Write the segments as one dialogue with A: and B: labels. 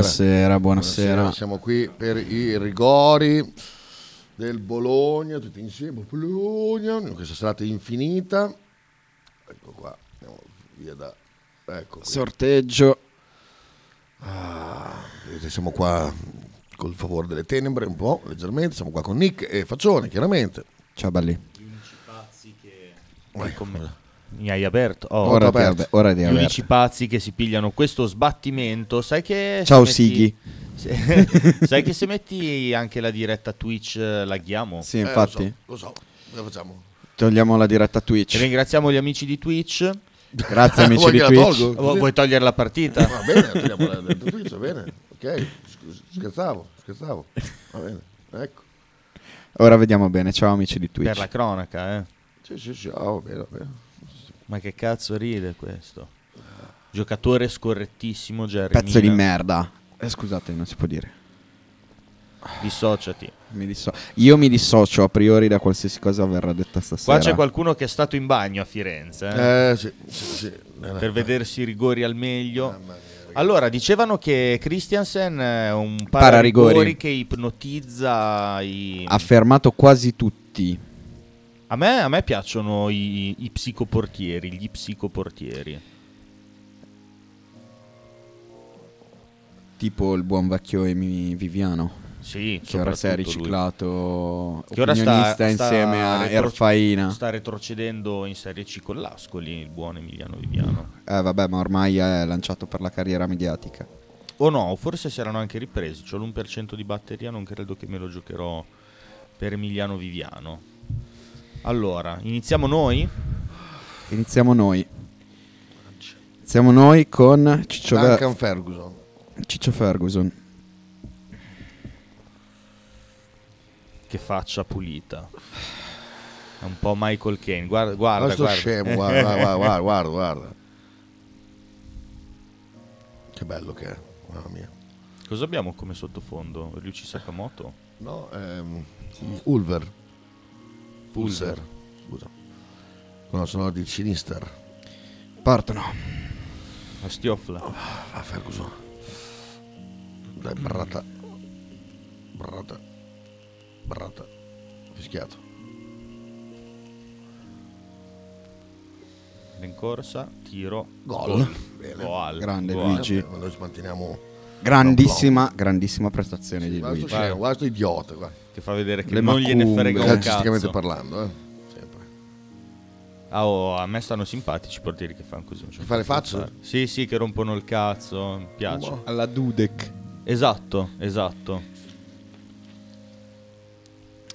A: Buonasera, buonasera.
B: Siamo qui per i rigori del Bologna, tutti insieme. Bologna, questa serata infinita. Ecco qua, andiamo via da... Ecco qui.
A: Sorteggio.
B: Ah, vedete, siamo qua col favore delle tenebre un po', leggermente. Siamo qua con Nick e Faccione, chiaramente.
A: Ciao belli.
C: Gli unici pazzi che...
B: Eh,
C: con
B: ora.
C: me. Ecco. Mi hai aperto. Oh,
A: Ecco. Ora ti,
B: aperto.
A: ave- ora ti
C: gli
A: averto.
C: unici pazzi che si pigliano questo sbattimento, sai che... se
A: Ciao,
C: metti-
A: Sighi.
C: se- sai che se metti anche la diretta Twitch eh, la ghiamo?
A: Sì,
B: Eh,
A: infatti.
B: Lo so, lo so. Cosa facciamo?
A: Togliamo la diretta
C: E
A: Twitch.
C: ringraziamo gli amici di Twitch.
A: Grazie amici
B: Vuoi
A: di
B: che la
A: Twitch.
B: tolgo?
C: Vu- Vuoi togliere la partita?
B: Ah, Va bene, tiriamo la dentro Twitch, va bene. Ok, Scus- scherzavo, scherzavo. Va bene, ecco.
A: Ora vediamo bene. Ciao amici di
C: per la
A: Twitch.
C: cronaca, eh.
B: Sì, sì, sì, ah, va bene, va bene.
C: Ma che cazzo ride questo? Giocatore scorrettissimo, Jerry.
A: Pezzo di
C: Mina.
A: merda. Eh, scusate, non si può dire.
C: Dissociati.
A: Mi disso- Io mi dissocio a priori da qualsiasi cosa verrà detta
C: Qua
A: stasera.
C: c'è qualcuno che è stato in bagno a Firenze. eh.
B: Eh, sì, sì, sì. Eh,
C: per vedersi i rigori al meglio.
B: Mamma mia, ragazzi.
C: Allora, dicevano che Christiansen è un
A: Pararigori.
C: pararigori che ipnotizza i...
A: Ha fermato quasi tutti.
C: A, me, a me piacciono i, i psicoportieri, gli psicoportieri.
A: Tipo il buon vecchio Emi Viviano.
C: Sì,
A: Che ora si è
C: soprattutto lui.
A: riciclato.
C: Che ora sta,
A: opinionista
C: sta
A: insieme a
C: retro-
A: Erfaina.
C: Sta retrocedendo in Serie C con l'Ascoli, il buon Emiliano Viviano.
A: Eh vabbè, ma ormai è lanciato per la carriera mediatica.
C: O no, forse si erano anche ripresi. C'ho l'1% di batteria, non credo che me lo giocherò per Emiliano Viviano. Allora, iniziamo noi?
A: Iniziamo noi. Iniziamo noi con Ciccio, Ver-
B: Duncan Ferguson.
A: Ciccio Ferguson.
C: Che faccia pulita. È un po' Michael Kane. Guarda,
B: Guarda,
C: guarda,
B: sto
C: guarda.
B: scemo, guarda, guarda, guarda, guarda, guarda. Che bello che è, mamma mia.
C: Cosa abbiamo come sottofondo? Ryuichi Sakamoto?
B: No, ehm, Ulver. Ulver, scusa. No, sono di Sinister.
A: Partono.
C: La stiofla.
B: Ah, Ferguson. Dai, brata. Brata. Brata. Fischiato.
C: Rincorsa, tiro,
B: Gol. Bene.
C: Goal.
A: Grande
C: Goal.
A: Luigi.
B: Ma eh, Noi ci manteniamo...
A: Grandissima, grandissima prestazione di
B: Guarda sto
A: Luigi.
B: scemo, guarda sto idiota, guarda.
C: Che fa vedere che
A: Le
C: non gliene
A: macumbe.
B: Eh,
C: frega un
B: Calcisticamente
C: cazzo.
B: parlando, eh. Sempre.
C: Ah, oh, a me stanno simpatici i portieri che fanno così. non c'è
B: Che fa le
C: da
B: facce?
C: pensare. Sì, sì, che rompono il cazzo. Mi piace.
B: Boh.
A: Alla Dudek.
C: Esatto, esatto.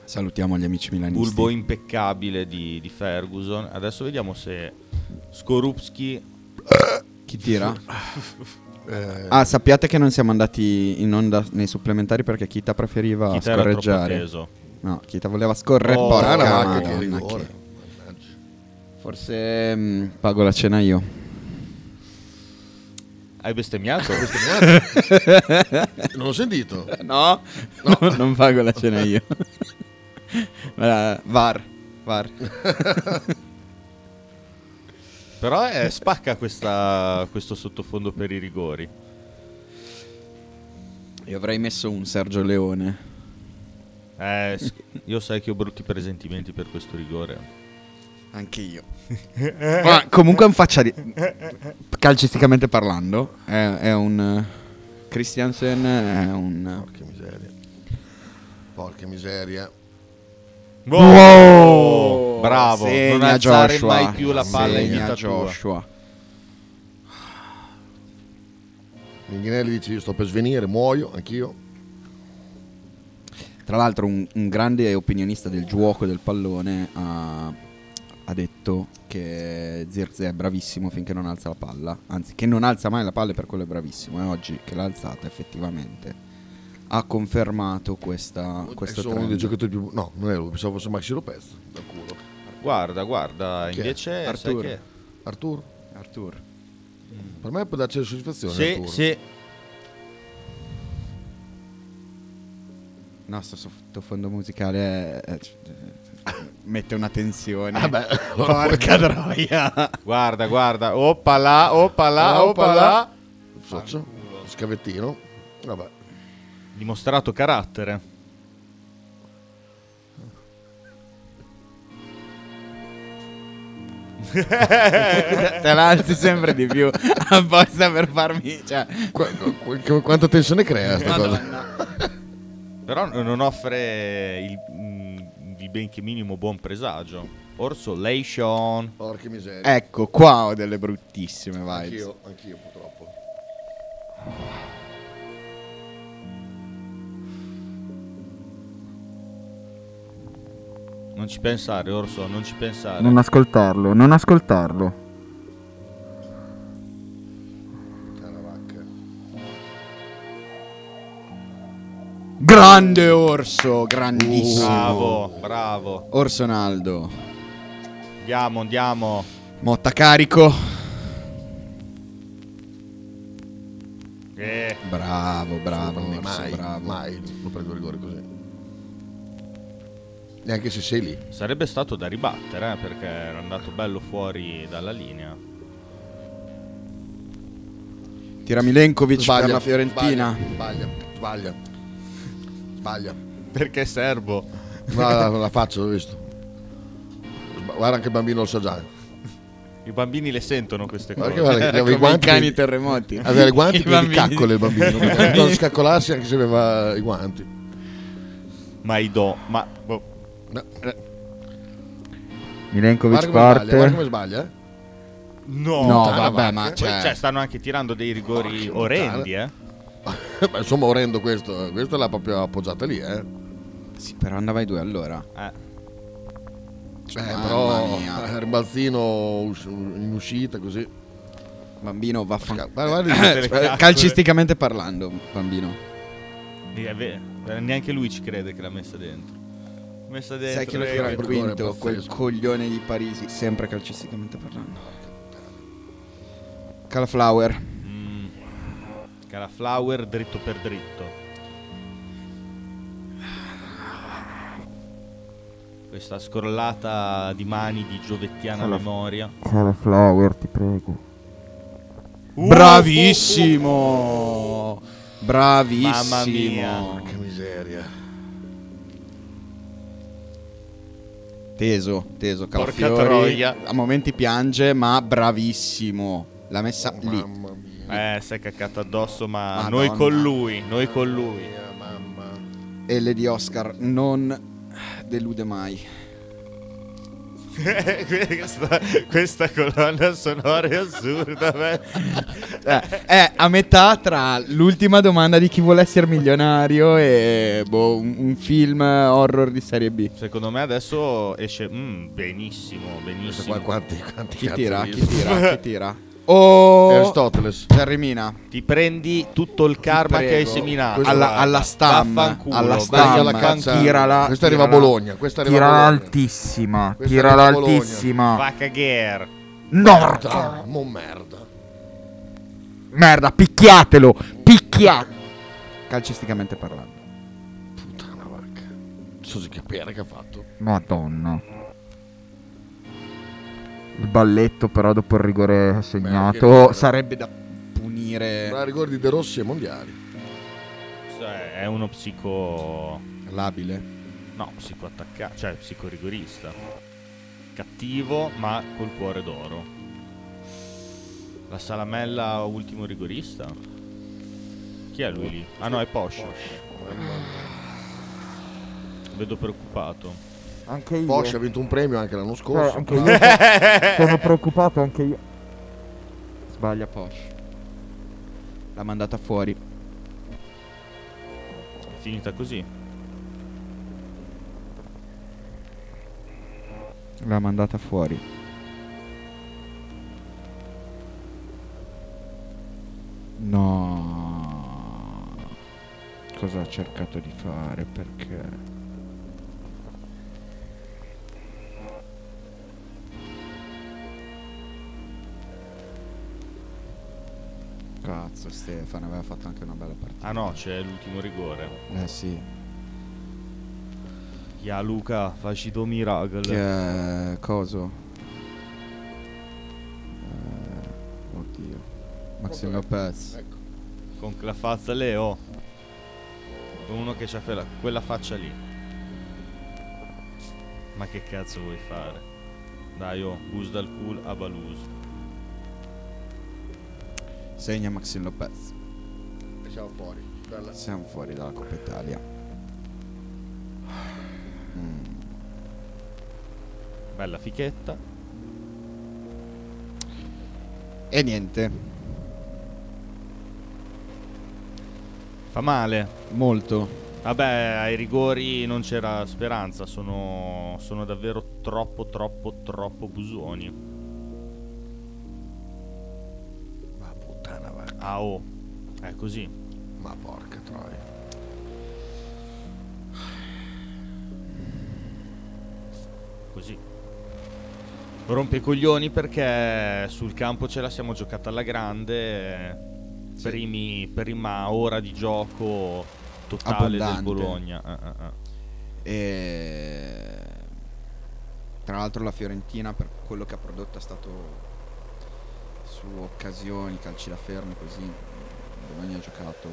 A: Salutiamo gli amici milanisti.
C: Bulbo impeccabile di, di Ferguson. Adesso vediamo se Skorupski...
A: Chi tira?
B: Eh,
A: Ah, sappiate che non siamo andati in onda nei supplementari perché Kita preferiva
C: Chita era troppo
A: scorreggiare.
C: teso.
A: No, Kita voleva scorrere.
C: Oh,
A: porca
B: Cara, ma che
A: madonna,
B: rigore.
A: che-
B: Mannaggia.
A: Forse mm, pago la cena io.
C: Hai bestemmiato?
B: Non l'ho sentito.
A: No, non pago la cena io. Guarda, var, var.
C: Però eh, spacca questa- questo sottofondo per i rigori.
A: Io avrei messo un Sergio Leone.
C: Eh, s- io sai che ho brutti presentimenti per questo rigore.
A: Anche io. Ma comunque è un faccia di... Calcisticamente parlando, è, è un... Christiansen è un...
B: Porca miseria. Porca miseria.
A: Wow!
C: Bravo, non
A: Segna
C: alzare
A: Joshua.
C: mai più la palla in
A: Segna
C: vita tua.
A: Joshua.
B: Minghinelli dice io sto per svenire, muoio, anch'io.
A: Tra l'altro un, un grande opinionista del gioco del pallone ha, ha detto che Zirze è bravissimo finché non alza la palla, anzi che non alza mai la palla e per quello è bravissimo e oggi che l'ha alzata effettivamente ha confermato questa, questo
B: Questo sono uno dei
A: trend.
B: giocatori più... No, non ero, pensavo fosse Maxi Lopez, da culo.
C: Guarda, guarda,
B: Chi è?
C: invece sai
A: Arturo.
C: che...
B: Artur,
A: Artur.
B: per me può darci la soddisfazione
C: Sì,
B: Artur.
C: sì.
A: No, sto sottofondo musicale eh, c- mette una tensione.
B: Ah, beh, allora
A: Porca troia.
C: Guarda, guarda. Oppa là, oppa là, oppa là.
B: Socio, scavettino. Vabbè.
C: Dimostrato carattere.
A: te, te l'alzi sempre di più apposta per farmi. Cioè,
B: Qua- qu- qu- quanta tensione crea sta cosa?
A: Madonna.
C: Però n- non offre il, mm, il benché minimo buon presagio. Orso Lation.
B: Porca miseria.
A: Ecco, qua ho delle bruttissime vibes.
B: Anch'io, anch'io purtroppo.
C: Non ci pensare, Orso, non ci pensare.
A: ascoltarlo, non ascoltarlo.
B: Caravacca.
A: Grande Orso, grandissimo.
C: Bravo, bravo.
A: Orsonaldo,
C: Andiamo, andiamo.
A: Motta carico.
C: Eh,
A: Bravo, bravo,
B: Non
A: Orso,
B: mai,
A: bravo.
B: mai lo prendo il rigore così. Neanche se sei lì.
C: sarebbe stato da ribattere, eh, perché era andato bello fuori dalla linea.
A: Tira Milenkovic per la Fiorentina.
B: Sbaglia, sbaglia. Sbaglia.
C: Perché servo?
B: Guarda, la faccia, l'ho visto. Sba- Guarda anche il bambino lo sa già.
C: I bambini le sentono queste
B: Guarda
C: cose.
B: che guarda, che
A: Come
B: aveva Ecco, i
A: i
B: guanti.
A: cani terremoti.
B: Aveva i guanti
A: I
B: pieni di
A: bambini.
B: caccole il bambino.
A: I
B: Non
A: bambini.
B: poteva scaccolarsi anche se aveva i guanti.
C: Ma i do, ma boh,
B: No,
A: Milenkovic
B: Guarda come sbaglia, guarda come sbaglia. eh.
A: No,
C: No,
B: Montana,
A: vabbè,
B: guarda.
A: ma
C: Poi,
A: cioè,
C: cioè, stanno anche tirando dei rigori
B: Porca
C: orrendi, eh.
B: Ma insomma, orrendo questo, eh. questa l'ha proprio appoggiata lì, eh.
A: Sì, però andava ai due allora.
C: Eh,
B: Cioè,
A: Mamma
B: però
A: mia.
B: eh, rimbalzino us- in uscita così.
A: Bambino
B: Guarda,
A: vaffanculo.
B: guarda,
C: delle caccole.
A: Calcisticamente parlando, bambino.
C: è vero. Neanche lui ci crede che l'ha messa dentro. Messa dentro.
A: Sai che lo
C: eh,
A: tira il
B: rigore
A: quinto,
B: pazzesco.
A: quel coglione di Parisi, sempre calcisticamente parlando. Calaflower.
C: Mm. Calaflower dritto per dritto. Questa scrollata di mani di giovettiana memoria.
A: Calaflower, ti prego.
C: Uh,
A: Bravissimo!
C: Mamma
A: Bravissimo!
C: mia.
B: che miseria.
A: Teso, teso,
C: Porca
A: Calafiori.
C: troia.
A: A momenti piange, ma bravissimo. L'ha messa lì.
B: Mamma mia.
C: Eh, si è caccato addosso, ma
A: Madonna.
C: noi con lui, noi con lui.
B: Mia mamma.
A: E Lady Oscar non delude mai.
C: questa, questa colonna sonora è assurda, beh.
A: Eh, è a metà tra l'ultima domanda di chi vuole essere milionario e boh, un, un film horror di serie B.
C: Secondo me adesso esce mm, benissimo,
B: Questa
C: benissimo.
B: qua quanti, quanti
A: Chi
B: cazzo
A: tira?
B: di-
A: Chi tira? Chi tira? Oh,
B: Aristoteles.
A: Jerry Mina.
C: Ti prendi tutto il karma
A: prego.
C: che hai seminato.
B: Questo
A: Alla,
B: guarda,
A: alla stamma,
C: vaffanculo,
A: alla cioè.
C: vai
A: stamma,
B: alla caccia.
A: tirala,
B: Questa arriva a
A: tirala.
B: Bologna, questa arriva a Bologna.
A: altissima,
B: Questa arriva a Bologna.
C: Va a cagare.
B: Ah,
A: Norca.
B: mo merda.
A: Merda, picchiatelo, picchiatelo. Calcisticamente parlando.
B: Puttana vacca. Non so se che pera che ha fatto.
A: Madonna. Il balletto però dopo il rigore
B: segnato,
A: sarebbe da punire
B: Tra rigori di De Rossi e mondiali.
C: Questo Cioè, È è uno psico.
A: l'abile.
C: No, psicoattaccante, cioè psicorigorista. Cattivo, ma col cuore d'oro. La salamella ultimo rigorista? Chi è lui lì? Ah no, è Posh. Vedo preoccupato.
D: Anche io.
B: Porsche ha vinto un premio anche l'anno
D: Eh,
B: scorso.
D: anche io so- sono preoccupato anche io.
A: Sbaglia Porsche. L'ha mandata fuori.
C: È finita così.
A: L'ha mandata fuori. No. Cosa ha cercato di fare? Perché? Cazzo, Stefano aveva fatto anche una bella partita.
C: Ah no, c'è l'ultimo rigore.
A: Eh sì.
C: Ya Luca, facci do
A: Che
C: miracle.
A: è coso? Eh, oddio. Maxime Lopez.
B: Ecco.
C: Con Clafazza Leo. oh. Uno che c'ha quella, quella faccia lì. Ma che cazzo vuoi fare? Dai, oh, bus dal culo a Balus.
A: Segna Maxin Lopez.
B: E siamo fuori. Dalla-
A: Siamo fuori dalla Coppa Italia.
C: Bella fichetta.
A: E niente,
C: Fa male.
A: molto.
C: Vabbè, ai rigori non c'era speranza. Sono, sono davvero troppo, troppo, troppo busoni.
B: Ma puttana va.
C: Ah, oh. È così.
B: Ma porca troia.
C: così. Rompe i coglioni perché sul campo ce la siamo giocata alla grande. eh, primi- prima ora di gioco totale
A: Abbondante.
C: del Bologna. eh, eh, eh.
A: E... Tra l'altro la Fiorentina per quello che ha prodotto è stato su occasioni, calci da fermo così. Il Bologna ha giocato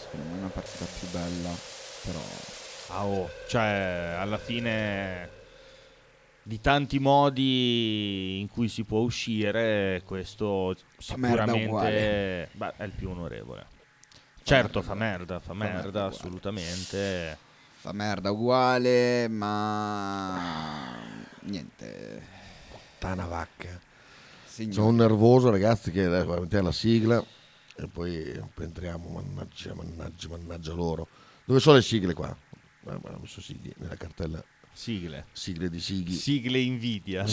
A: secondo me una partita più bella, però
C: Ah, oh, Cioè, alla fine di tanti modi in cui si può uscire, questo
A: merda
C: sicuramente
A: uguale.
C: beh, è il più onorevole. Certo,
A: merda
C: fa merda, fa
A: merda
C: merda,
A: uguale.
C: assolutamente.
A: fa merda uguale, ma niente.
B: Puttana vacca. Sono
A: Signor,
B: nervoso, ragazzi, che adesso vai a mettere la sigla e poi entriamo. Mannaggia, mannaggia, mannaggia loro. Dove sono le sigle qua? Ah, ma ho messo sigli nella cartella
C: Sigle.
B: sigle di sighi.
C: Sigle invidia.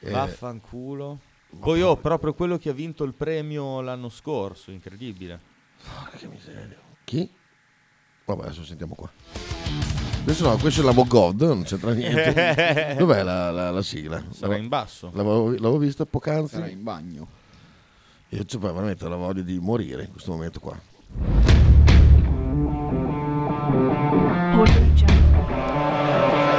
B: Eh,
C: Vaffanculo. Poi ho proprio quello che ha vinto il premio l'anno scorso, incredibile.
B: Porca miseria. Chi? Vabbè, adesso sentiamo qua. Adesso no, questo è la Mogod, non c'entra niente. Dov'è la, la- la sigla?
C: Sarà in basso.
B: L'avevo, l'avevo vista poc'anzi.
A: sarà in bagno.
B: Io c'ho poi veramente la voglia di morire in questo momento qua.
E: Audio Jungle.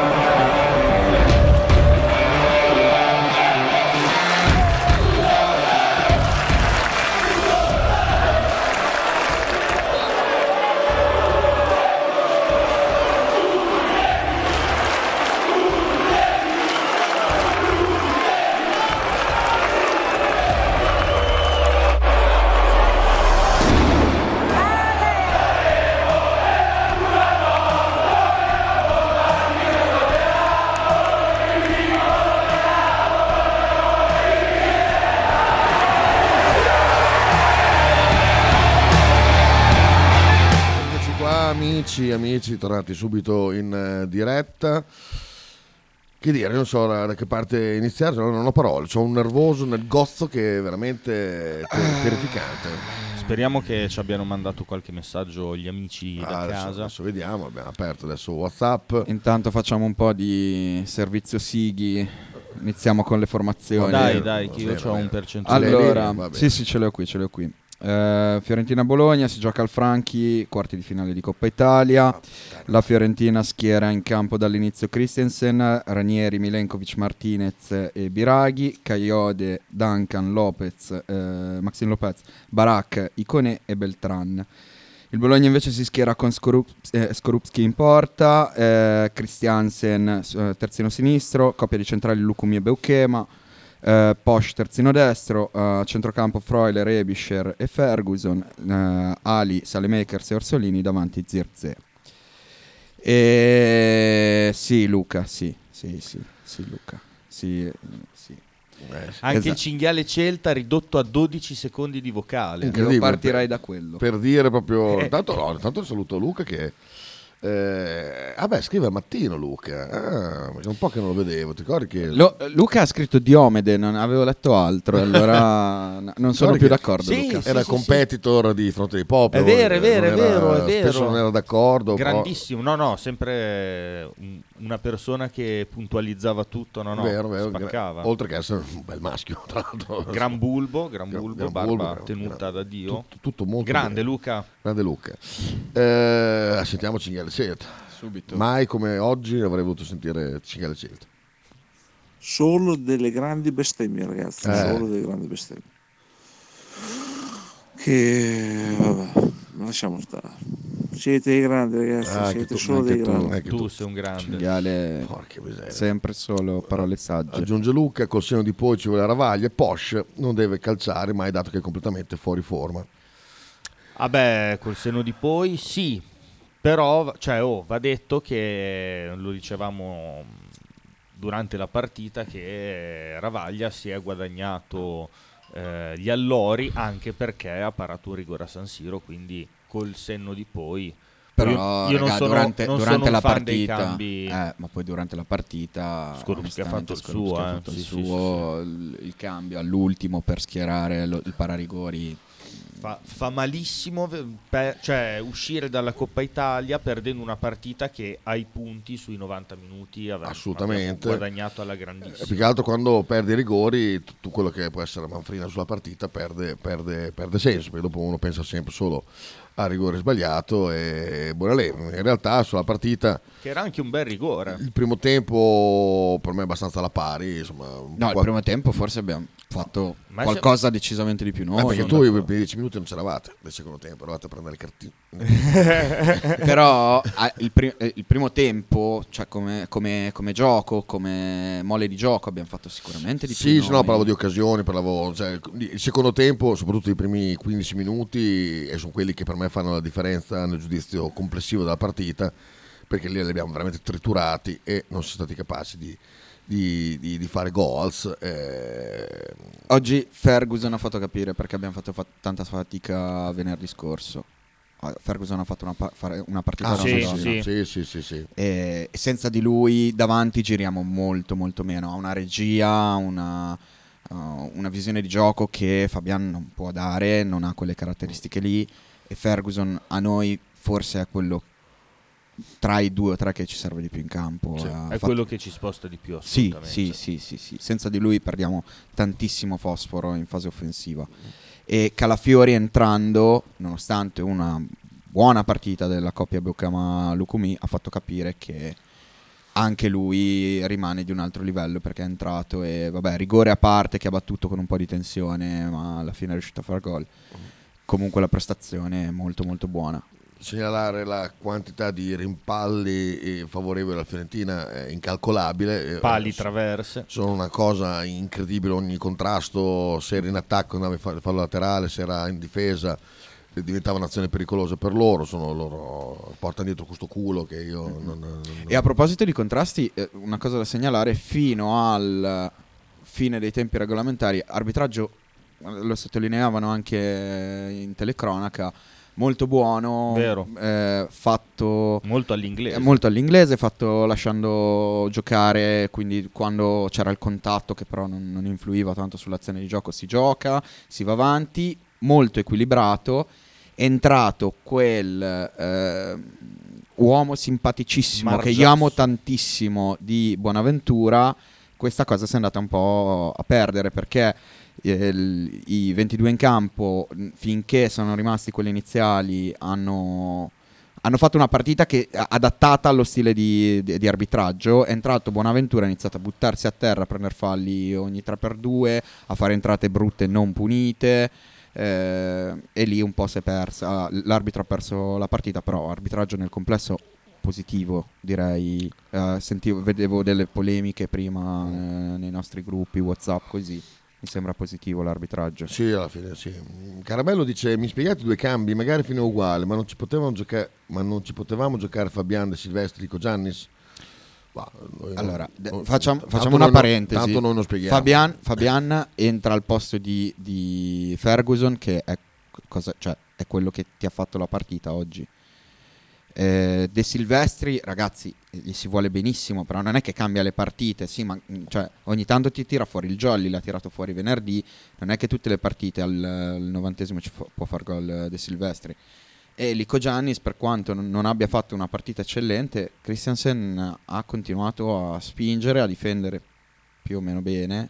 B: Eccoci qua amici, amici, tornati subito in eh, diretta. Che dire, non so da da che parte iniziare, se no non ho parole, ho un nervoso nel gozzo che è veramente
C: Ah.
B: ter- terrificante.
C: Speriamo che ci abbiano mandato qualche messaggio gli amici
B: Ah,
C: da
B: adesso,
C: casa.
B: adesso vediamo, abbiamo aperto adesso Whatsapp.
A: Intanto facciamo un po' di servizio Sighi. Iniziamo con le formazioni.
C: Dai,
B: Bene,
C: dai,
B: va
C: che io
B: bene,
C: ho
B: bene.
C: un percentuale.
A: Allora,
B: Va bene.
A: sì, sì, ce le ho qui, ce le ho qui. Eh, Fiorentina-Bologna si gioca al Franchi, quarti di finale di Coppa Italia. Certo. La Fiorentina schiera in campo dall'inizio Christensen, Ranieri, Milenkovic, Martinez e Biraghi, Caiode, Duncan, Lopez, eh, Maxim Lopez, Barak, Icone e Beltran. Il Bologna invece si schiera con Skorups- eh, Skorupski in porta, eh, Christiansen eh, terzino sinistro, coppia di centrali Lukumi e Beuchema, eh, Posch terzino destro, eh, centrocampo Freuler, Ebischer e Ferguson, eh, Ali, Salemakers e Orsolini davanti Zirze. E Eh, sì, Luca, sì, sì, sì, sì, Luca. Sì, eh, sì.
B: Eh, sì.
C: Anche il
A: esatto.
C: cinghiale Celta ridotto a 12 secondi di vocale.
B: Incredibile,
A: Io partirei da quello.
B: Per dire proprio... Intanto, no, intanto saluto Luca che... eh, ah beh, scrive al mattino Luca. Ah, perché è un po' che non lo vedevo, ti ricordi che...
A: Lo- Luca ha scritto Diomede, non avevo letto altro, allora n- non sono più
B: Guarda che-
A: d'accordo.
C: Sì,
A: Luca.
C: sì.
B: era competitor di Fronte dei Popoli.
C: È vero, è
B: eh,
C: vero,
B: non
C: è
B: era-
C: vero, è vero.
B: Spesso non era d'accordo. però-
C: Grandissimo, no, no, sempre un- una persona che puntualizzava tutto, no, no,
B: vero, vero, gra-
C: spaccava.
B: oltre che essere un bel maschio, tra l'altro.
C: Gran bulbo, gran
B: Gran-
C: bulbo,
B: gran
C: barba
B: bulbo, gran-
C: tenuta
B: gran-
C: da Dio.
B: Tutto, tutto molto
C: Grande
B: bene.
C: Luca.
B: Grande Luca. Eh, sentiamo Cinghiale Celta.
A: Subito.
B: Mai come oggi avrei voluto sentire Cinghiale Celta.
F: Solo delle grandi bestemmie, ragazzi.
B: Eh.
F: Solo delle grandi bestemmie. Che vabbè, lasciamo stare. Siete dei grandi, ragazzi.
B: Ah, anche
F: Eh, siete
B: tu-
F: solo
A: anche
F: dei
A: tu.
F: grandi.
B: Eh, che
C: Tu sei un grande.
A: Cinghiale,
B: Porca miseria.
A: sempre solo parole sagge.
B: Aggiunge Luca, col seno di poi ci vuole Ravaglia, Porsche non deve calciare mai dato che è completamente fuori forma.
C: Vabbè, col seno di poi sì, però cioè, oh, va detto che lo dicevamo durante la partita che Ravaglia si è guadagnato eh, gli allori anche perché ha parato un rigore a San Siro, quindi col senno di poi.
A: Però
C: io- io non
A: raga,
C: sono-
A: durante,
C: non
A: durante
C: sono
A: la
C: un fan dei
A: partita,
C: cambi.
A: eh, ma poi durante la partita,
C: Skorupski ha
A: onestamente,
C: fatto il
A: Skorupski
C: suo,
A: ha
C: eh.
A: fatto il,
C: Sì, sì,
A: suo, il- il cambio all'ultimo per schierare lo- il pararigori.
C: Fa, fa malissimo ve- per- cioè, uscire dalla Coppa Italia perdendo una partita che ai punti sui 90 minuti aveva
B: Assolutamente.
C: guadagnato alla
B: Eh, Più
C: grandissima.
B: che altro quando perde i rigori, tutto quello che può essere la manfrina sulla partita perde, perde- perde senso, perché dopo uno pensa sempre solo al rigore sbagliato e buona leva. In realtà sulla partita
C: Che era anche un bel rigore.
B: il primo tempo per me è abbastanza alla pari, insomma, un
A: No,
B: quatt-
A: il primo tempo forse abbiamo fatto
C: Ma se-
A: qualcosa decisamente di più
B: Eh,
A: noi.
B: perché tu i primi 10 minuti non c'eravate nel secondo tempo, eravate a prendere le cartine.
A: Però ah, il, pri- eh, il primo tempo, cioè come, come- come gioco, come mole di gioco, abbiamo fatto sicuramente di
B: Sì,
A: più.
B: se
A: noi.
B: no parlavo di occasioni, parlavo, cioè, il secondo tempo, soprattutto i primi 15 minuti, e sono quelli che per me fanno la differenza nel giudizio complessivo della partita, perché lì li abbiamo veramente triturati e non sono stati capaci di, di- di- di fare goals. eh.
A: Oggi Ferguson ha fatto capire perché abbiamo fatto fa- tanta fatica venerdì scorso. Ah, Ferguson ha fatto una, pa- fare- una partita
B: Ah,
A: da
C: sì,
A: Madonna.
C: sì.
B: sì, sì, sì, sì.
A: E senza di lui davanti giriamo molto molto meno. Ha una regia, una, uh, una visione di gioco che Fabian non può dare, non ha quelle caratteristiche lì. E Ferguson a noi forse è quello tra i due o tre che ci serve di più in campo. eh,
B: Sì,
A: Ha
C: È
A: fatto-
C: quello che ci sposta di più
A: sì,
C: assolutamente.
A: sì, sì, sì, sì. Senza di lui perdiamo tantissimo fosforo in fase offensiva. E Calafiori entrando, nonostante una buona partita della coppia Beccama-Lucumi, ha fatto capire che anche lui rimane di un altro livello perché è entrato e vabbè, rigore a parte che ha battuto con un po' di tensione, ma alla fine è riuscito a far gol. Comunque la prestazione è molto molto buona.
B: Segnalare la quantità di rimpalli eh, favorevoli alla Fiorentina è incalcolabile. eh,
C: Pali traverse.
B: sono una cosa incredibile ogni contrasto se era in attacco andava in fa- fallo laterale se era in difesa eh, diventava un'azione pericolosa per loro sono loro portano dietro questo culo che io non, non-
A: Mm-hmm. E a proposito di contrasti, eh, una cosa da segnalare, fino al fine dei tempi regolamentari, arbitraggio, eh, lo sottolineavano anche eh, in telecronaca, molto buono,
C: Vero.
A: eh, fatto
C: Molto all'inglese.
A: eh, molto all'inglese, fatto lasciando giocare, quindi quando c'era il contatto che però non, non influiva tanto sull'azione di gioco, si gioca, si va avanti, molto equilibrato, è entrato quel eh, uomo simpaticissimo che io
C: Margios.
A: amo tantissimo di Buonaventura, questa cosa si è andata un po' a perdere perché eh, il- i 22 in campo mh, finché sono rimasti quelli iniziali hanno hanno fatto una partita che adattata allo stile di, di- di arbitraggio. È entrato Bonaventura, ha iniziato a buttarsi a terra, a prendere falli ogni 3x2, a fare entrate brutte non punite. eh, e lì un po' si è persa. L'arbitro ha perso la partita, però arbitraggio nel complesso positivo direi Eh, sentivo- vedevo delle polemiche prima eh, nei nostri gruppi whatsapp così mi sembra positivo l'arbitraggio
B: sì alla fine sì Mm, Caramello dice mi spiegate due cambi magari fino a uguale ma non ci potevamo giocare ma non ci potevamo giocare Fabian De Silvestri con Giannis Ma noi non-
A: Allora, de-
B: non-
A: facciamo,
B: Oh, tanto
A: facciamo
B: noi
A: una
B: non-
A: parentesi.
B: tanto noi non spieghiamo
A: Fabian, Fabian entra al posto di, di Ferguson, che è, cosa- cioè, è quello che ti ha fatto la partita oggi. Eh, De Silvestri, ragazzi, gli si vuole benissimo, però non è che cambia le partite. Sì, ma mm, cioè, ogni tanto ti tira fuori il Jolly, l'ha tirato fuori venerdì. Non è che tutte le partite al, al novantesimo ci fu- può far gol eh, De Silvestri. E Lico Giannis, per quanto non non abbia fatto una partita eccellente, Christiansen ha continuato a spingere, a difendere più o meno bene.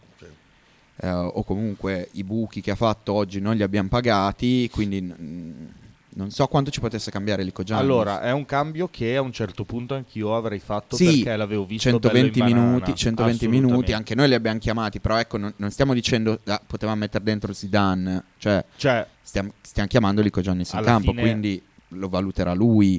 A: Eh, o comunque i buchi che ha fatto oggi non li abbiamo pagati, quindi n- non so quanto ci potesse cambiare Lico Giannis.
C: Allora, è un cambio che a un certo punto anch'io avrei fatto
A: Sì,
C: perché l'avevo visto
A: 120
C: bello in banana,
A: minuti, 120 minuti,
C: assolutamente.
A: anche noi li abbiamo chiamati, però ecco, non, non stiamo dicendo ah, potevamo mettere dentro Zidane, cioè
C: Cioè,
A: stiamo, stiamo chiamando Lico Giannis in
C: Alla
A: campo,
C: fine-
A: quindi lo valuterà lui.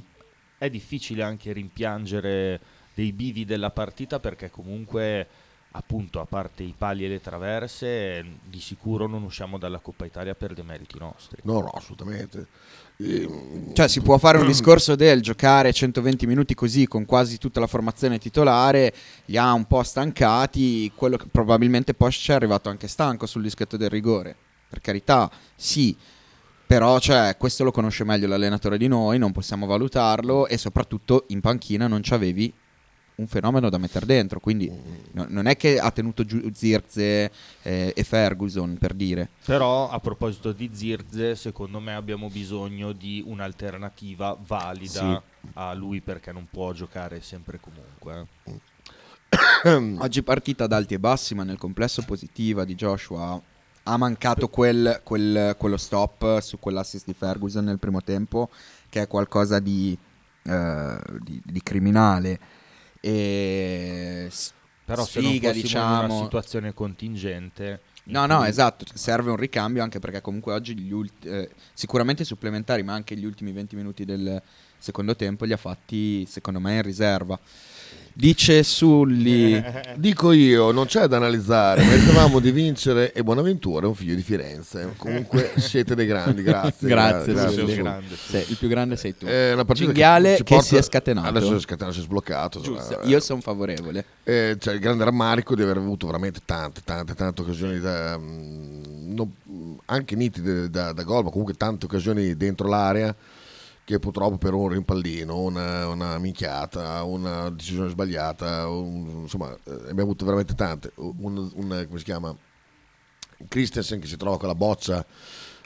C: È difficile anche rimpiangere dei bivi della partita perché comunque appunto a parte i pali e le traverse di sicuro non usciamo dalla Coppa Italia per dei meriti nostri.
B: No, no, assolutamente. Ehm,
A: Cioè, si può fare un discorso del giocare 120 minuti così con quasi tutta la formazione titolare, li ha un po' stancati, quello che probabilmente Posch è arrivato anche stanco sul dischetto del rigore. Per carità, sì, però cioè, questo lo conosce meglio l'allenatore di noi, non possiamo valutarlo e soprattutto in panchina non c'avevi un fenomeno da mettere dentro, quindi no- non è che ha tenuto giù Zirze eh, e Ferguson per dire.
C: Però a proposito di Zirze, secondo me abbiamo bisogno di un'alternativa valida a lui perché non può giocare sempre e comunque. eh. Mm.
A: Oggi partita ad alti e bassi, ma nel complesso positiva di Joshua. Ha mancato quel- quel- quello stop su quell'assist di Ferguson nel primo tempo, che è qualcosa di, eh, di- di criminale. E s-
C: Però
A: sfiga,
C: se non fossimo in una
A: diciamo.
C: situazione contingente in
A: No, no,
C: cui-
A: esatto, serve un ricambio anche perché comunque oggi gli ulti- eh, sicuramente i supplementari, ma anche gli ultimi 20 minuti del secondo tempo li ha fatti secondo me in riserva. Dice Sulli
B: Dico io, non c'è da analizzare, meritavamo di vincere e Buonaventura è un figlio di Firenze. Comunque siete dei grandi, grazie.
A: Eh. Grazie,
C: Grazie,
A: Sulli.
B: Sulli.
C: grande.
A: Sì, il più grande sei tu. Eh,
B: È una partita
A: Cinghiale
B: ci
A: che
B: porta-
A: si è scatenato.
B: Adesso si è scatenato, si è sbloccato.
A: Giusto,
B: Eh,
A: io sono favorevole.
B: eh, c'è il grande rammarico di aver avuto veramente tante, tante, tante occasioni da, mm, no- mm, anche nitide da, da gol, ma comunque tante occasioni dentro l'area che purtroppo per un rimpallino, una, una minchiata, una decisione sbagliata, un- insomma eh, abbiamo avuto veramente tante. Un, un- come si chiama? Christensen che si trova con la boccia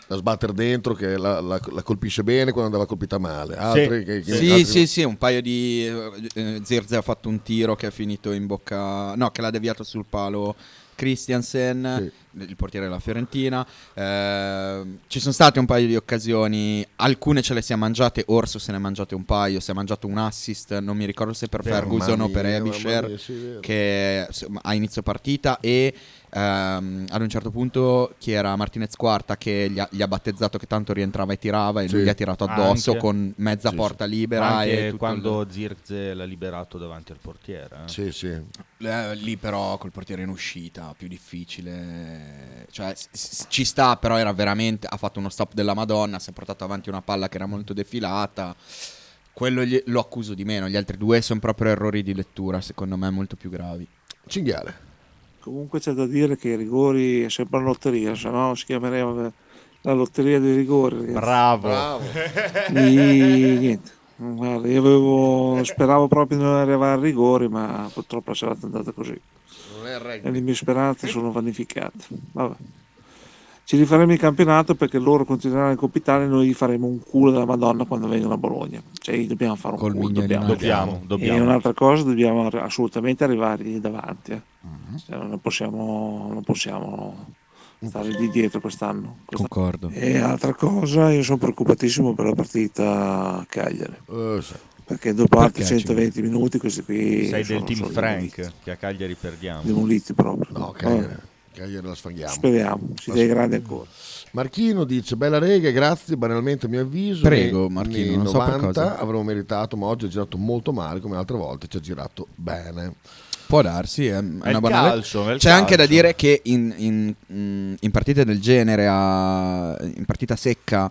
B: da sbattere dentro, che la, la- la colpisce bene quando andava colpita male. Altri che, che- altri-
A: Sì, sì, sì, un paio di... eh, Zirze ha fatto un tiro che è finito in bocca... No, che l'ha deviato sul palo Christiansen, il portiere della Fiorentina. Ehm, ci sono state un paio di occasioni, alcune ce le si è mangiate, Orso se ne è mangiate un paio, si è mangiato un assist, non mi ricordo se per
B: Mamma
A: Ferguson o per
B: mia, mamma
A: Ebisher.
B: mia, sì, è vero.
A: che insomma, a inizio partita e ehm, ad un certo punto chi era Martinez Quarta che gli ha, gli ha battezzato che tanto rientrava e tirava e
B: Sì.
A: lui gli ha tirato addosso
C: Anche.
A: con mm, mezza
B: Sì,
A: porta libera e
C: Anche
A: eh, tutto
C: quando Zirze l'ha liberato davanti al portiere. eh.
B: Sì, sì.
A: il- Eh, lì però col portiere in uscita più difficile cioè s- s- ci sta però era veramente ha fatto uno stop della Madonna si è portato avanti una palla che era molto defilata quello gli- lo accuso di meno gli altri due sono proprio errori di lettura secondo me molto più gravi
B: Cinghiale.
F: Comunque c'è da dire che i rigori è sempre una lotteria, se no si chiamerebbe la lotteria dei rigori. ragazzi.
C: Bravo.
F: E niente. Guarda, io avevo- speravo proprio di non arrivare ai rigori, ma purtroppo la serata è andata così.
B: Non è il
F: E
B: rugby.
F: le mie speranze sono vanificate. Vabbè. Ci rifaremo in campionato perché loro continueranno in Coppa Italia e noi gli faremo un culo della Madonna quando vengono a Bologna. Cioè, gli dobbiamo fare un
A: Col
F: culo.
A: mignolino
F: Dobbiamo.
A: al
C: Dobbiamo,
F: E
C: dobbiamo.
F: un'altra cosa, dobbiamo ar- assolutamente arrivargli davanti. eh. Cioè, non possiamo, non possiamo stare lì dietro quest'anno. Quest'anno-
A: concordo
F: E altra cosa, io sono preoccupatissimo per la partita a Cagliari.
B: Eh, sì.
F: Perché dopo altri
A: Perché,
F: 120 minuti questi qui...
C: Sei del
F: sono-
C: team
F: sono
C: Frank, che a Cagliari perdiamo.
F: Demoliti, demoliti proprio.
B: No,
F: Vabbè.
B: Cagliari, Cagliari la sfanghiamo.
F: Eh. Speriamo, si dai grandi ancora.
B: Marchino dice: Bella rega, grazie. Banalmente, a mio avviso,
A: Prego,
B: nei-
A: Marchino,
B: nei
A: non so per
B: 90
A: cosa.
B: avremmo meritato, ma oggi ha girato molto male, come altre volte ci ha girato bene.
A: Può darsi, è, è una
C: il
A: banale.
C: calcio, è il
A: C'è anche da
C: calcio.
A: dire che in, in- mm, in- in partite del genere, a- in partita secca,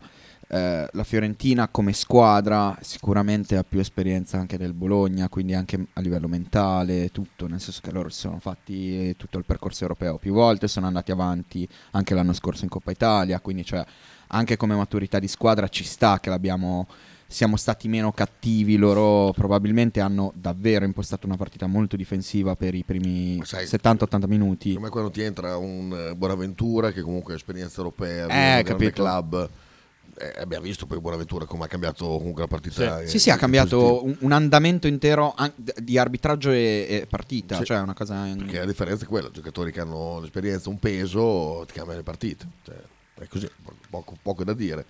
A: eh, la Fiorentina come squadra sicuramente ha più esperienza anche del Bologna, quindi anche a livello mentale, tutto, nel senso che loro si sono fatti tutto il percorso europeo più volte, sono andati avanti anche l'anno scorso in Coppa Italia, quindi cioè, anche come maturità di squadra ci sta che l'abbiamo siamo stati meno cattivi, loro probabilmente hanno davvero impostato una partita molto difensiva per i primi
B: Ma sai-
A: 70-80 minuti.
B: Come quando ti entra un eh, Buonaventura, che comunque ha esperienza europea,
A: Eh,
B: viene da un grande
A: capito.
B: club. Eh, abbiamo visto poi Buonaventura come ha cambiato comunque la partita. eh,
A: Sì, sì, ha
B: in positivo.
A: cambiato un, un andamento intero an- d- di arbitraggio e, e partita,
B: Sì.
A: cioè è una cosa...
B: Perché la differenza è quella: giocatori che hanno l'esperienza, un peso, ti cambiano le partite. Cioè, è così, po- poco, poco da dire.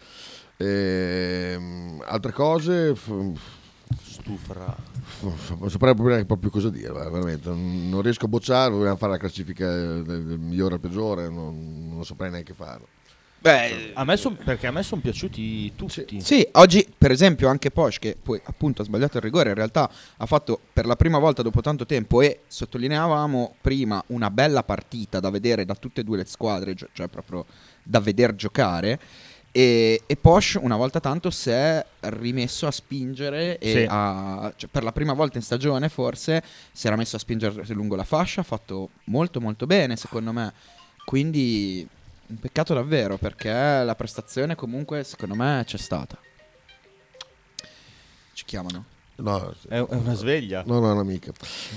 B: Ehm, altre cose. f-
C: Stufra.
B: Non saprei proprio, proprio cosa dire, guarda, veramente. Non riesco a eh, bocciare, vogliamo fare la classifica del, del migliore al peggiore, non, non saprei neanche farlo.
A: Beh,
C: A me son- perché a me sono piaciuti tutti.
A: Sì, oggi per esempio anche Posh che poi appunto ha sbagliato il rigore, in realtà ha fatto per la prima volta dopo tanto tempo e sottolineavamo prima una bella partita da vedere da tutte e due le squadre, gio- cioè proprio da veder giocare. E, e Posh una volta tanto si è rimesso a spingere e
C: Sì.
A: a- cioè, per la prima volta in stagione forse si era messo a spingere lungo la fascia, ha fatto molto molto bene secondo me. Quindi un peccato davvero perché la prestazione comunque secondo me c'è stata. Ci chiamano.
B: No,
C: È, è una sveglia.
B: No, no, no, mica.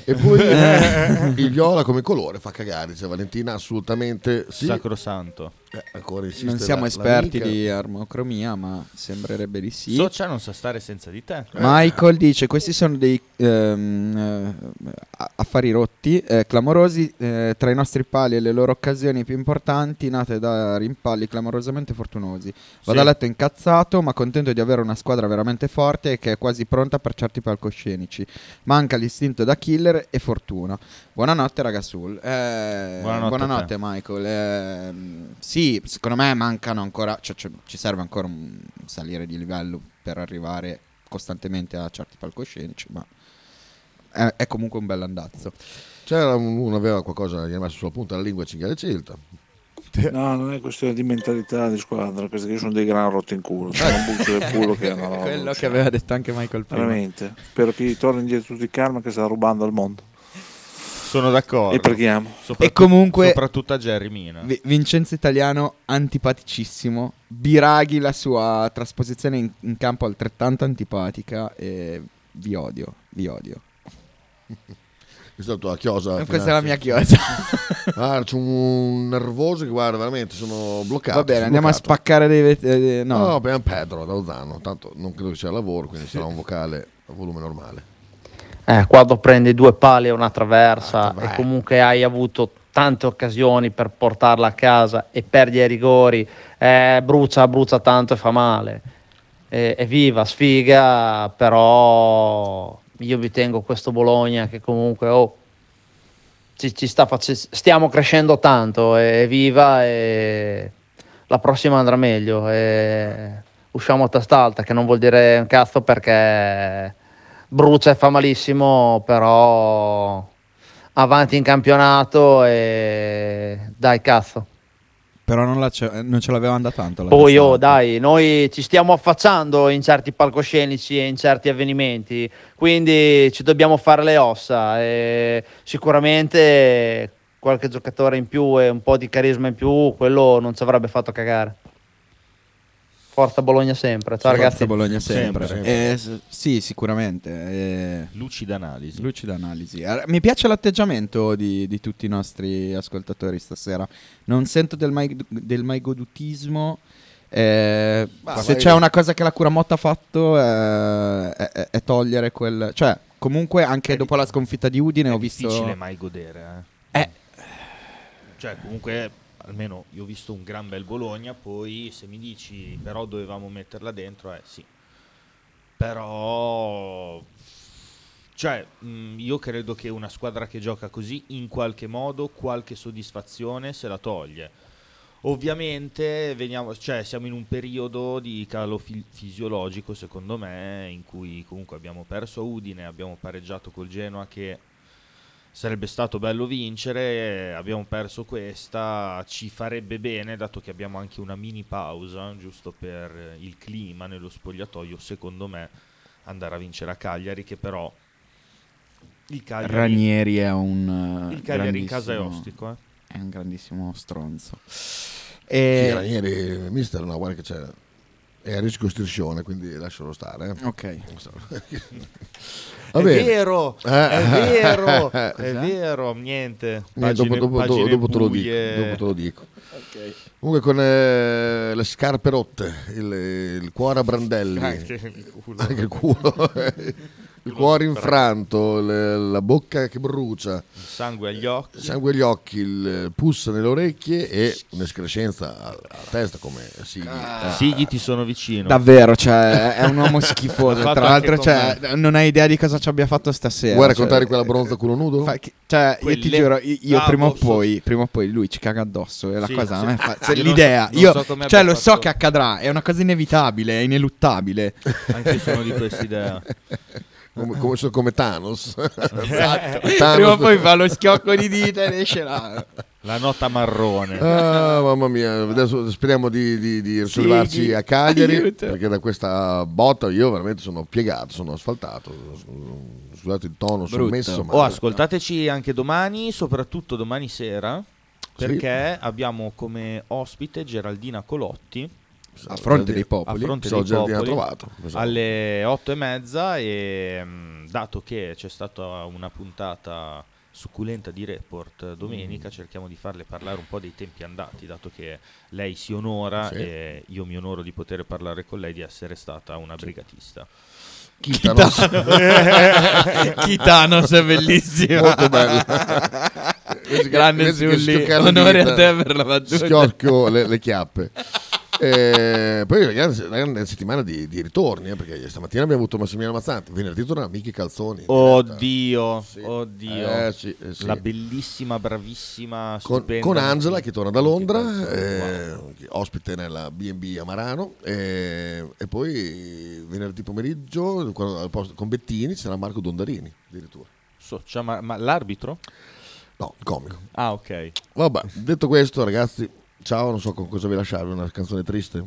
B: E poi eh, il viola come colore fa cagare, dice Valentina, assolutamente sì.
C: Sacrosanto.
B: Eh, ancora insiste
A: non siamo
B: la-
A: esperti
B: l'amica.
A: di armocromia, ma sembrerebbe di sì.
C: Socia non sa stare senza di te.
B: Eh.
A: Michael dice: Questi sono dei ehm, eh, a- affari rotti, eh, clamorosi eh, tra i nostri pali e le loro occasioni più importanti, nate da rimpalli clamorosamente fortunosi. Vado
C: Sì.
A: a letto incazzato, ma contento di avere una squadra veramente forte e che è quasi pronta per certi palcoscenici. Manca l'istinto da killer e fortuna. Buonanotte, ragazul. Eh,
C: Buonanotte a
A: buonanotte,
C: te.
A: Michael. Ehm, sì, secondo me mancano ancora. cioè, cioè, ci serve ancora un salire di livello per arrivare costantemente a certi palcoscenici, ma è, è comunque un bell'andazzo.
B: C'era un- uno aveva qualcosa gli è rimasto sulla punta della lingua cinghiale celta.
F: No, non è questione di mentalità di squadra, questi che sono dei gran rotti in culo, sono un buccio del culo che è una roba,
A: Quello che
F: cioè,
A: aveva detto anche Michael prima.
F: Veramente, spero che torni indietro tutti i karma che sta rubando al mondo.
C: Sono d'accordo.
F: E preghiamo.
C: Sopra-
A: E comunque
C: Soprattutto a Jerry Mina.
A: Vi- Vincenzo Italiano antipaticissimo, Biraghi la sua trasposizione in, in campo altrettanto antipatica e vi odio, vi odio.
B: Questa è la tua chiosa.
A: Questa è la
B: Finazzi.
A: mia chiosa.
B: Ah, c'è un nervoso che guarda, veramente sono bloccato.
A: Va bene,
B: sono
A: andiamo a
B: bloccato.
A: spaccare dei... vet- eh, eh,
B: No,
A: no,
B: abbiamo Pedro da Ozano, tanto non credo che sia lavoro, quindi sarà un vocale a volume normale.
E: Eh, quando prendi due pali e una traversa
B: Ah, vabbè.
E: e comunque hai avuto tante occasioni per portarla a casa e perdi ai rigori, eh, brucia, brucia tanto e fa male. Eh, evviva, sfiga, però io vi tengo questo Bologna che comunque oh, ci, ci sta face- stiamo crescendo tanto, eh, evviva e la prossima andrà meglio. eh, usciamo a testa alta, che non vuol dire un cazzo perché brucia e fa malissimo, però avanti in campionato e dai cazzo.
A: però non, la ce- non ce l'aveva andata tanto. la
E: Poi
A: testa
E: oh,
A: alta.
E: dai, noi ci stiamo affacciando in certi palcoscenici e in certi avvenimenti, quindi ci dobbiamo fare le ossa e sicuramente qualche giocatore in più e un po' di carisma in più, quello non ci avrebbe fatto cagare. Forza Bologna sempre, ciao
A: Forza
E: ragazzi.
A: Bologna sempre.
C: Sempre,
A: Eh, s- sì, sicuramente. eh,
C: Lucida analisi.
A: Lucida analisi. Eh, Mi piace l'atteggiamento di, di tutti i nostri ascoltatori stasera. Non sento del, mai, del maigodutismo. eh,
B: Ma
A: se
B: vai-
A: c'è una cosa che la Curamotta ha fatto eh, è, è- è togliere quel... Cioè, comunque anche dopo la sconfitta di Udine
C: è
A: ho visto...
C: difficile mai godere. Eh. Cioè, comunque, almeno io ho visto un gran bel Bologna, poi se mi dici però dovevamo metterla dentro, eh sì. Però... Cioè, mh, io credo che una squadra che gioca così, in qualche modo, qualche soddisfazione se la toglie. Ovviamente veniamo- cioè, siamo in un periodo di calo fi- fisiologico, secondo me, in cui comunque abbiamo perso a Udine, abbiamo pareggiato col Genoa che sarebbe stato bello vincere, eh, abbiamo perso questa, ci farebbe bene dato che abbiamo anche una mini pausa, giusto per eh, il clima nello spogliatoio, secondo me andare a vincere a Cagliari che però il Cagliari,
A: Ranieri è un... eh,
C: il Cagliari
A: grandissimo-
C: in casa è ostico, eh.
A: È un grandissimo stronzo.
B: Sì,
A: E...
B: era ieri, mister, no, guarda che c'è. È a rischio striscione, quindi lascialo stare. eh.
A: Ok.
B: Va
C: è
B: bene.
C: vero, è
B: Eh.
C: vero, è
A: Cos'è?
C: vero, niente.
B: Eh, dopo, dopo-
C: Pagine-
B: dopo-
C: pagine
B: dopo te lo dico,
C: buie.
B: dopo te lo dico. Comunque con eh, le scarpe rotte, il, il cuore a brandelli,
C: Anche il culo.
B: anche il culo, il cuore infranto, le- la bocca che brucia,
C: Il sangue agli occhi.
B: il sangue agli occhi, il pus nelle orecchie e un'escrescenza alla, alla testa come Sighi.
C: Sighi ti sono vicino.
A: Davvero, cioè, è un uomo schifoso.
C: Ha fatto
A: Tra l'altro,
C: anche con
A: cioè, non hai idea di cosa ci abbia fatto stasera.
B: Vuoi
A: cioè,
B: raccontare quella bronza culo nudo?
A: fa- che- cioè, io ti
C: Quelle-
A: giuro, io, io
C: Ah,
A: prima o
C: posso-
A: poi, prima o poi lui ci caga addosso. E la
C: Sì,
A: cosa
C: sì.
A: a me fa.
C: Io non
A: l'idea,
C: so- non
A: io,
C: so come
A: cioè,
C: abbia
A: lo so
C: fatto.
A: che accadrà, è una cosa inevitabile, è ineluttabile.
C: Anche io sono di questa idea.
B: Come, come, come Thanos.
C: Esatto.
A: Prima o poi fa lo schiocco di dita ed esce là.
C: La nota marrone.
B: Ah, mamma mia, adesso speriamo di, di, di risollevarci a Cagliari
A: aiuto.
B: perché da questa botta io veramente sono piegato, sono asfaltato, sono- scusate il tono, sono
A: Brutto.
B: messo
C: Oh,
B: male.
C: ascoltateci anche domani, soprattutto domani sera, perché abbiamo come ospite Geraldina Colotti
A: A fronte dei
C: a
A: popoli.
C: fronte
B: so,
C: dei
B: Geraldina
C: popoli
B: trovato, esatto.
C: alle otto e mezza e mh, dato che c'è stata una puntata succulenta di report domenica
B: Mm.
C: cerchiamo di farle parlare un po' dei tempi andati dato che lei si onora
B: Sì.
C: e io mi onoro di poter parlare con lei di essere stata una brigatista
B: Chi Thanos?
A: Chitanos è bellissimo.
B: Molto bello. Invece che-
A: Grande
B: invece che
A: Zulli,
B: schioccare le
A: onore
B: dita,
A: a te per la battuta.
B: Schiocco le, le chiappe. Eh, poi ragazzi, una grande settimana di, di ritorni eh, perché stamattina abbiamo avuto Massimiliano Mazzanti venerdì torna Michi Calzoni in diretta.
C: oddio
B: Sì.
C: oddio
B: Eh, sì, eh, sì.
C: la bellissima bravissima
B: con,
C: stupenda
B: con Angela che torna da Londra,
C: Wow.
B: eh, che- ospite nella BB a Marano. eh, e poi venerdì pomeriggio quando- al posto- con Bettini c'era Marco Dondarini addirittura.
C: Soccia, cioè, ma, ma l'arbitro?
B: No, il comico.
C: Ah, ok.
B: Vabbè, detto questo, ragazzi, ciao. Non so con cosa vi lasciarvi. Una canzone triste.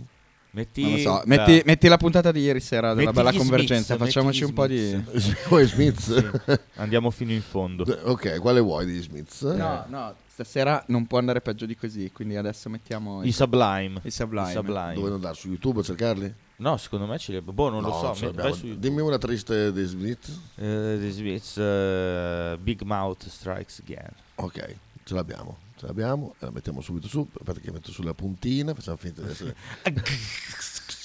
C: Metti,
A: Non lo so, metti, metti la puntata di ieri sera della
C: Metti
A: bella
C: gli
A: convergenza,
C: Smiths,
A: facciamoci
C: metti
A: un
C: gli
A: po' di...
C: Smiths.
B: Poi Smith.
C: Andiamo fino in fondo.
B: ok, quale vuoi di Smith?
A: No, no, stasera non può andare peggio di così, quindi adesso mettiamo...
C: I Sublime.
A: I Sublime.
B: Dove andare su YouTube a cercarli?
C: No, secondo me ce li Boh, non
B: No,
C: lo so.
B: ce
C: met-
B: l'abbiamo.
C: vai su YouTube.
B: Dimmi una triste di Smith.
C: Eh, this is, eh, Big Mouth Strikes Again.
B: Ok, ce l'abbiamo, ce l'abbiamo, la mettiamo subito su, aspetta che metto sulla puntina, facciamo finta di essere...